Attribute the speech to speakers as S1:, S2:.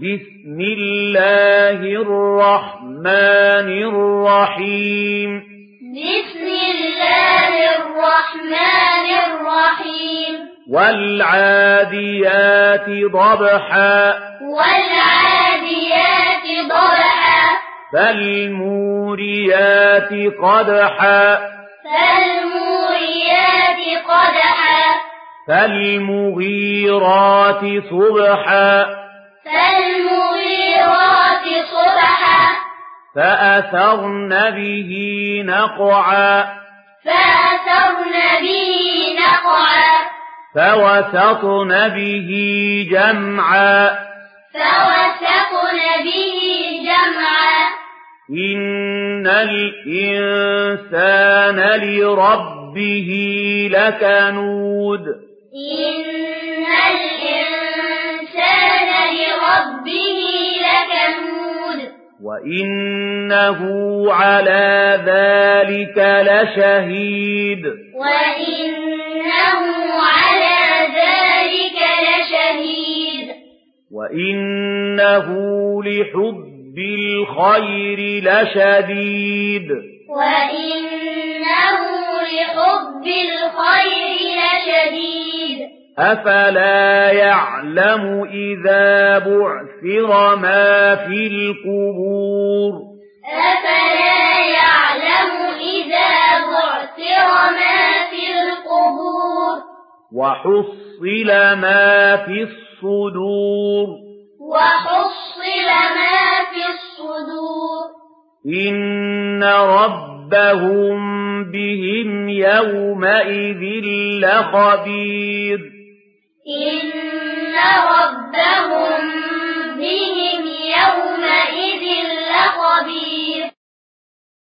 S1: بسم الله الرحمن الرحيم
S2: بسم الله الرحمن الرحيم
S1: والعاديات ضبحا
S2: والعاديات ضبحا
S1: فالموريات قدحا
S2: فالموريات قدحا
S1: فالمغيرات صبحا
S2: فالمغيرات صبحا
S1: فأثرن به نقعا
S2: فأثرن به نقعا
S1: فوسطن به جمعا
S2: فوسقن به جمعا
S1: إن الإنسان لربه لكنود
S2: إن الإنسان لربه لكنود
S1: وإنه على ذلك لشهيد
S2: وإنه على ذلك لشهيد
S1: وإنه لحب الخير لشديد
S2: وإنه لحب الخير لشديد
S1: أفلا يعلم إذا بعثر ما في القبور
S2: أفلا يعلم إذا بعثر ما في القبور
S1: وحصل ما في الصدور
S2: وحصل ما في الصدور
S1: إن ربهم بهم يومئذ لخبير
S2: إن ربهم